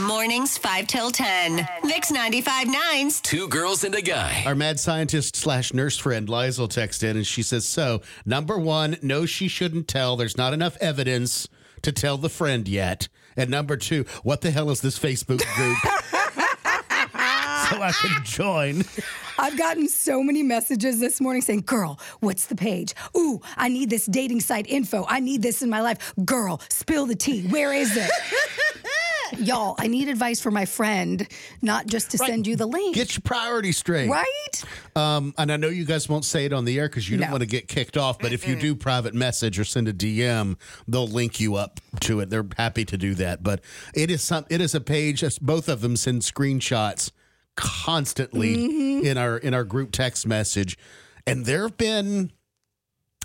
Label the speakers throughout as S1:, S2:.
S1: Mornings 5 till 10. Mix 95.9's
S2: Two girls and a guy.
S3: Our mad scientist slash nurse friend Lizel texted in and she says, So, number one, no, she shouldn't tell. There's not enough evidence to tell the friend yet. And number two, what the hell is this Facebook group? so I can join.
S4: I've gotten so many messages this morning saying, Girl, what's the page? Ooh, I need this dating site info. I need this in my life. Girl, spill the tea. Where is it? Y'all, I need advice for my friend, not just to send you the link.
S3: Get your priorities straight.
S4: right?
S3: Um, and I know you guys won't say it on the air because you don't
S4: No.
S3: want to get kicked off. But if you do private message or send a DM, they'll link you up to it. They're happy to do that. But it is some. It is a page. as Both of them send screenshots constantly in our in our group text message, and there have been.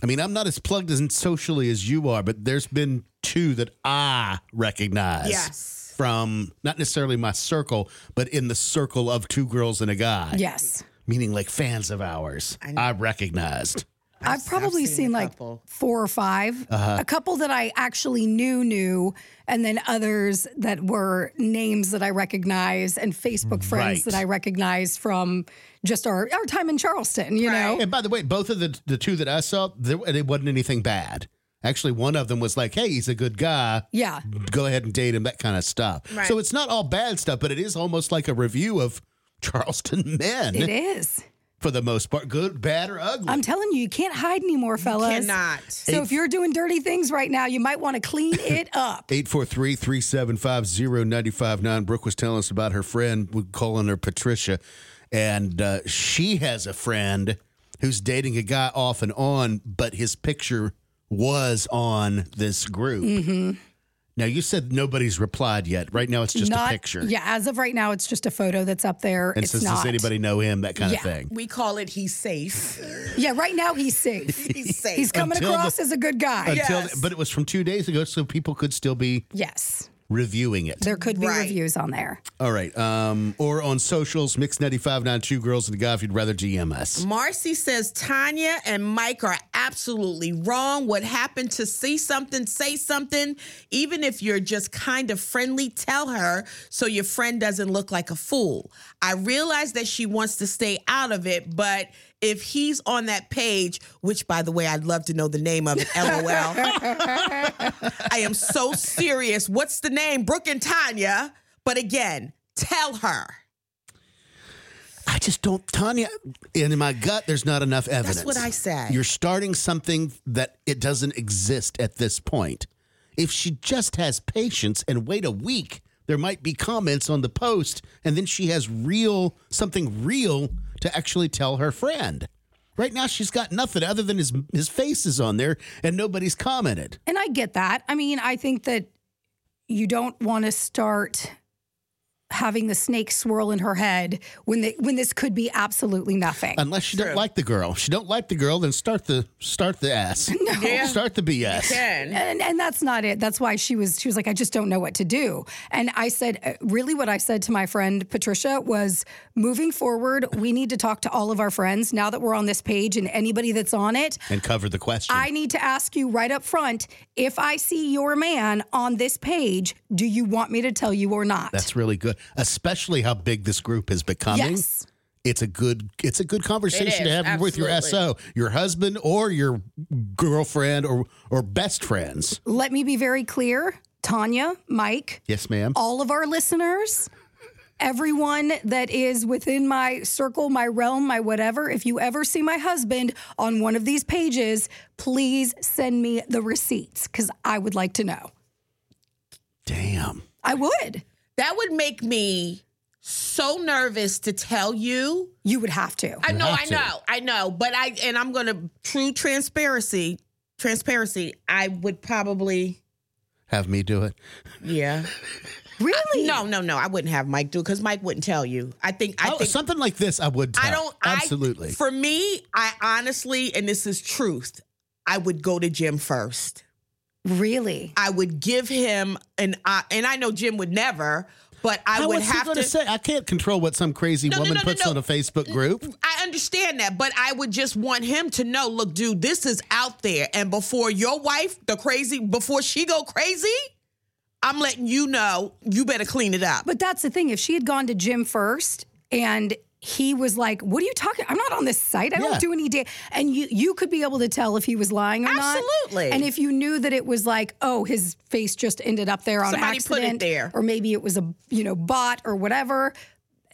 S3: I mean, I'm not as plugged in socially as you are, but there's been two that I recognize.
S5: Yes.
S3: From not necessarily my circle, but in the circle of two girls and a guy
S4: Yes.
S3: meaning like fans of ours, I, recognized.
S4: I've, probably
S5: seen
S4: seen,
S5: a
S4: like
S5: couple.
S4: four or 5 A couple that I actually knew knew, and then others that were names that I recognize and Facebook friends
S3: Right.
S4: that I recognize from just our, our time in Charleston, you know?
S3: And by the way, both of the the two that I saw, there, and it wasn't anything bad. Actually, one of them was like, "Hey, he's a good guy.
S4: Yeah.
S3: Go ahead and date him." That kind of stuff.
S5: Right.
S3: So it's not all bad stuff, but it is almost like a review of Charleston men
S4: It is.
S3: for the most part, good, bad, or ugly.
S4: I'm telling you, you can't hide anymore, fellas.
S5: Cannot.
S4: So if you're doing dirty things right now, you might want to clean it up.
S3: 843-375-0959. Brooke was telling us about her friend, we're calling her Patricia, and uh, she has a friend who's dating a guy off and on, but his picture was on this group.
S4: Mm-hmm.
S3: Now you said nobody's replied yet. Right now, it's just
S4: Not-
S3: a picture.
S4: Yeah, as of right now, it's just a photo that's up there.
S3: And
S4: it's
S3: says,
S4: not.
S3: does anybody know him? That kind
S4: Yeah.
S3: of thing.
S5: We call it he's safe.
S4: Yeah, right now he's safe.
S5: He's safe. Um,
S4: He's coming
S3: Until the-
S4: across as a good guy.
S3: Until,
S5: Yes.
S3: but it was from two days ago, so people could still be
S4: Yes.
S3: reviewing it.
S4: There could be
S5: Right.
S4: reviews on there.
S3: All right. Um, or on socials, Mix 9592 Girls and a Guy, if you'd rather DM us.
S5: Marcy says Tanya and Mike are absolutely wrong. What happened to see something, say something. Even if you're just kind of friendly, tell her so your friend doesn't look like a fool. I realize that she wants to stay out of it, but if he's on that page, which by the way, I'd love to know the name of it, lol. I am so serious. What's the name? Brooke and Tanya. But again, tell her.
S3: I just don't, Tanya. And in my gut, there's not enough evidence.
S5: what I said.
S3: You're starting something that it doesn't exist at this point. If she just has patience and wait a week, there might be comments on the post, and then she has real something real to actually tell her friend. Right now, she's got nothing other than his his face is on there, and nobody's commented.
S4: And I get that. I mean, I think that you don't want to start having the snake swirl in her head when the, when this could be absolutely nothing.
S3: Unless you don't like the girl. If she don't like the girl, then start the start the ass. Start the BS.
S5: Jen.
S4: and, and that's not it. That's why she was she was like, I just don't know what to do. And I said, uh, really, what I said to my friend Patricia was, moving forward, we need to talk to all of our friends now that we're on this page and anybody that's on it.
S3: And cover the question.
S4: I need to ask you right up front if I see your man on this page, do you want me to tell you or not?
S3: That's really good. Especially how big this group is becoming.
S4: yes.
S3: It's a good it's a good conversation to
S5: is,
S3: have with your SO, your husband or your girlfriend or or best friends.
S4: Let me be very clear Tanya, Mike,
S3: Yes, ma'am.
S4: all of our listeners, everyone that is within my circle, my realm, my whatever, if you ever see my husband on one of these pages, please send me the receipts because I would like to know.
S3: Damn.
S4: I would.
S5: That would make me so nervous to tell you.
S4: You would have to.
S5: I know,
S3: have
S5: I
S3: to.
S5: know, I know. But I and I'm gonna true transparency, transparency. I would probably,
S3: Have me do it.
S5: yeah.
S4: really?
S5: No, no, no. I wouldn't have Mike do because Mike wouldn't tell you. I think I
S3: oh,
S5: think
S3: something like this I would tell.
S5: I don't. I-
S3: Absolutely.
S5: for me, I honestly, and this is truth. I would go to Jim first.
S4: Really?
S5: I would give him an, uh, and I know Jim would never, but I
S3: How
S5: would
S3: is he
S5: have
S3: gonna
S5: to
S3: say? I can't control what some crazy
S5: No, no,
S3: woman
S5: no, no,
S3: puts
S5: no.
S3: on a Facebook group.
S5: I understand that, but I would just want him to know, look, dude, this is out there, and before your wife, the crazy, before she go crazy, I'm letting you know you better clean it up.
S4: But that's the thing. If she had gone to Jim first and he was like, What are you talking? I'm not on this site. I
S3: Yeah.
S4: don't do any date. And you you could be able to tell if he was lying or not.
S5: Absolutely.
S4: And if you knew that it was like, oh, his face just ended up there on
S5: Somebody put it
S4: accident.
S5: there.
S4: Or maybe it was a you know, bot or whatever,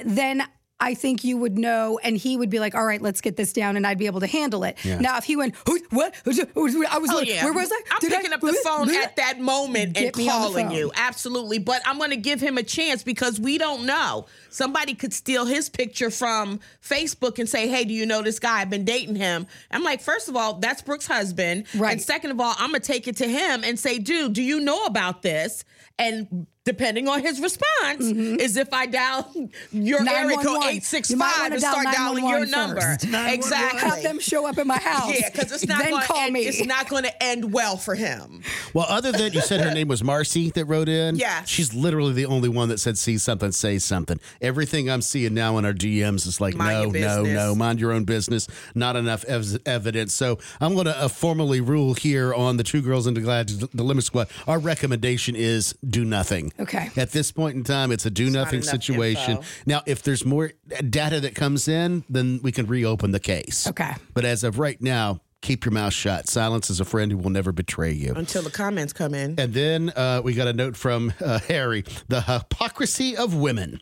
S4: then I think you would know, and he would be like, "All right, let's get this down," and I'd be able to handle it. Now, if he went, "Who- "What?" I was
S5: Oh,
S4: like,
S5: yeah.
S4: "Where was I?"
S5: I'm
S4: Did I-
S5: picking up the phone at that moment and
S4: Get me on the
S5: calling
S4: phone.
S5: you. Absolutely. But I'm going to give him a chance because we don't know. Somebody could steal his picture from Facebook and say, hey, do you know this guy? I've been dating him. I'm like, first of all, that's Brooke's husband.
S4: Right.
S5: And second of all, I'm going to take it to him and say, dude, do you know about this? And depending on his response,
S4: Mm-hmm.
S5: is if I dial your area code
S4: 911. You might
S5: 865
S4: wanna
S5: and
S4: dial
S5: start dialing your
S4: 911
S5: number.
S4: first.
S5: Exactly.
S4: Have them show up at my house.
S5: Yeah, because it's not
S4: then
S5: going
S4: call me.
S5: It's not going to end well for him.
S3: Well, other than you said her name was Marcy that wrote in.
S5: Yeah.
S3: She's literally the only one that said see something, say something. Everything I'm seeing now in our GMs is like,
S5: Mind
S3: no,
S5: your
S3: no,
S5: business.
S3: no, mind your own business. Not enough ev- evidence. So I'm going to uh, formally rule here on the two girls in the Glad Dilemma Squad. Our recommendation is do nothing.
S4: Okay.
S3: At this point in time, it's a do nothing
S5: enough
S3: situation.
S5: info.
S3: Now, if there's more data that comes in, then we can reopen the case.
S4: Okay.
S3: But as of right now, keep your mouth shut. Silence is a friend who will never betray you.
S5: Until the comments come in.
S3: And then uh, we got a note from uh, Harry: the hypocrisy of women.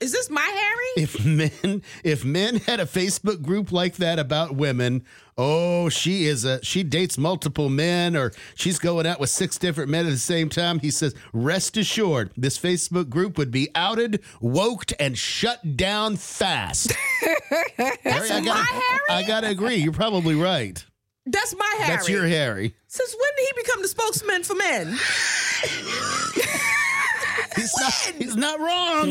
S5: Is this my Harry?
S3: If men, if men had a Facebook group like that about women, oh, she is a she dates multiple men, or she's going out with six different men at the same time. He says, rest assured, this Facebook group would be outed, woked, and shut down fast. Harry, I gotta, I gotta agree. You're probably right.
S5: That's my Harry.
S3: That's your Harry.
S5: Since when did he become the spokesman for men?
S3: He's not, he's not wrong.